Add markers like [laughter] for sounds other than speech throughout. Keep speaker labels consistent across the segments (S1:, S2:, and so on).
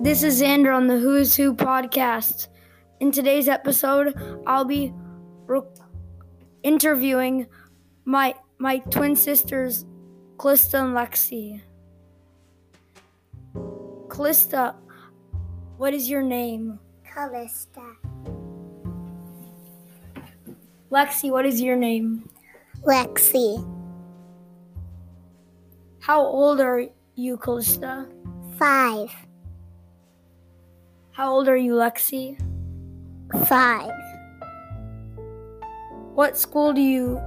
S1: This is Xander on the Who's Who podcast. In today's episode, I'll be re- interviewing my my twin sisters, Calista and Lexi. Calista, what is your name?
S2: Callista.
S1: Lexi, what is your name?
S2: Lexi.
S1: How old are you, Calista?
S2: Five.
S1: How old are you, Lexi?
S2: Five.
S1: What school do you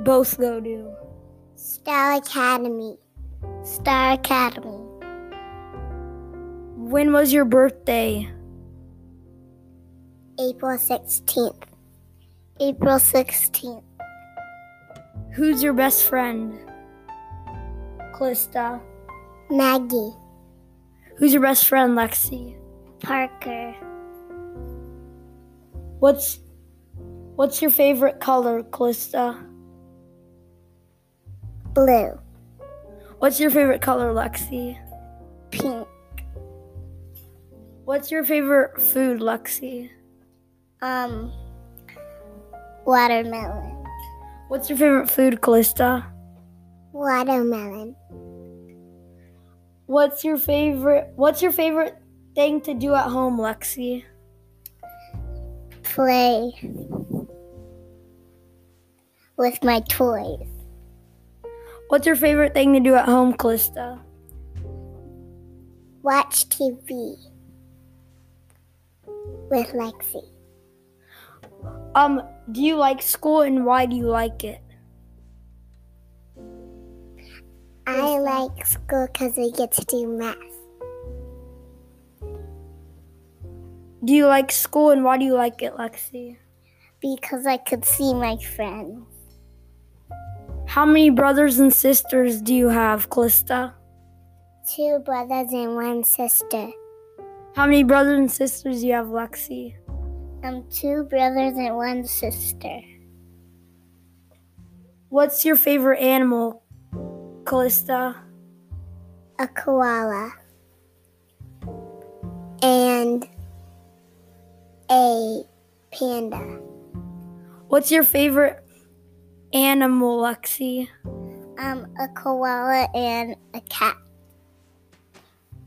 S1: both go to?
S2: Star Academy. Star Academy.
S1: When was your birthday?
S2: April 16th. April 16th.
S1: Who's your best friend? Calista.
S2: Maggie.
S1: Who's your best friend, Lexi?
S2: Parker.
S1: What's What's your favorite color, Calista?
S2: Blue.
S1: What's your favorite color, Lexi?
S2: Pink.
S1: What's your favorite food, Lexi?
S2: Um. Watermelon.
S1: What's your favorite food, Calista?
S2: Watermelon.
S1: What's your favorite What's your favorite thing to do at home, Lexi?
S2: Play. With my toys.
S1: What's your favorite thing to do at home, Calista?
S2: Watch TV. With Lexi.
S1: Um, do you like school and why do you like it?
S2: I like school because I get to do math.
S1: Do you like school and why do you like it, Lexi?
S2: because I could see my friends.
S1: How many brothers and sisters do you have, Calista?
S2: Two brothers and one sister.
S1: How many brothers and sisters do you have, Lexi?
S2: I'm two brothers and one sister.
S1: What's your favorite animal, Calista?
S2: A koala. And a panda.
S1: What's your favorite animal, Lexi?
S2: Um, a koala and a cat.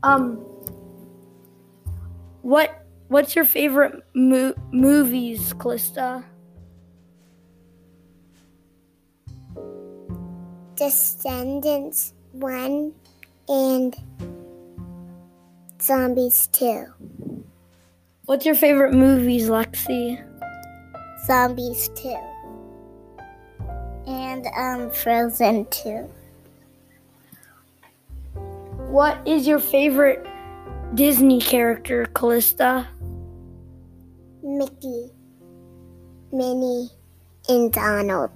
S1: Um, what what's your favorite mo- movies, Calista?
S2: Descendants 1 and Zombies 2.
S1: What's your favorite movies, Lexi?
S2: Zombies 2. And um, Frozen 2.
S1: What is your favorite Disney character, Calista?
S2: Mickey, Minnie, and Donald.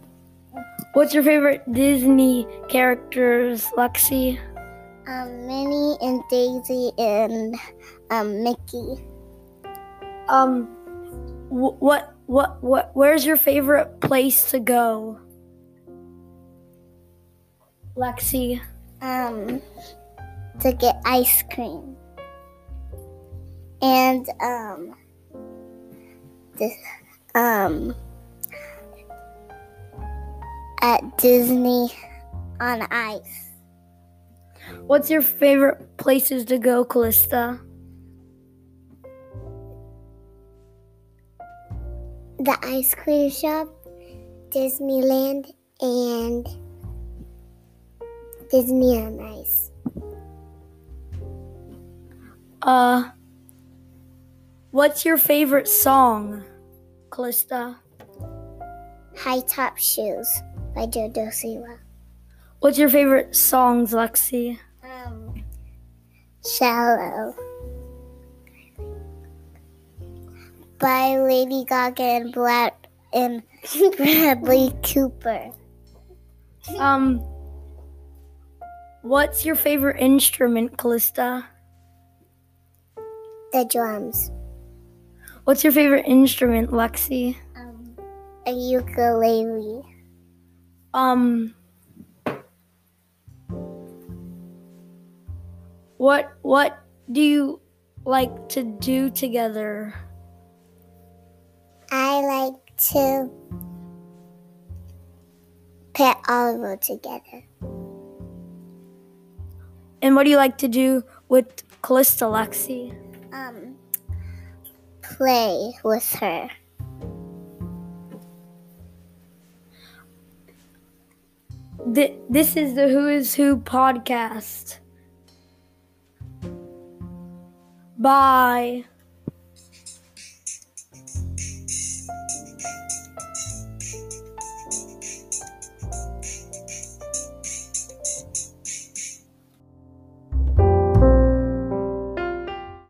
S1: What's your favorite Disney characters, Lexi?
S2: Um, Minnie and Daisy and um, Mickey.
S1: Um, wh- what, what, what? Where's your favorite place to go, Lexi?
S2: Um, to get ice cream. And um, this, um, at Disney on Ice.
S1: What's your favorite places to go, Calista?
S2: the ice cream shop, Disneyland, and Disney on Ice.
S1: Uh, what's your favorite song, Calista?
S2: High Top Shoes by JoJo Siwa.
S1: What's your favorite songs, Lexi?
S2: Um, Shallow by Lady Gaga and Brad and [laughs] Bradley Cooper.
S1: Um, what's your favorite instrument, Calista?
S2: The drums.
S1: What's your favorite instrument, Lexi?
S2: Um, a ukulele.
S1: Um, what what do you like to do together?
S2: I like to put all of them together.
S1: And what do you like to do with Callista, Lexi?
S2: Um, play with her.
S1: Th- this is the Who Is Who podcast. Bye.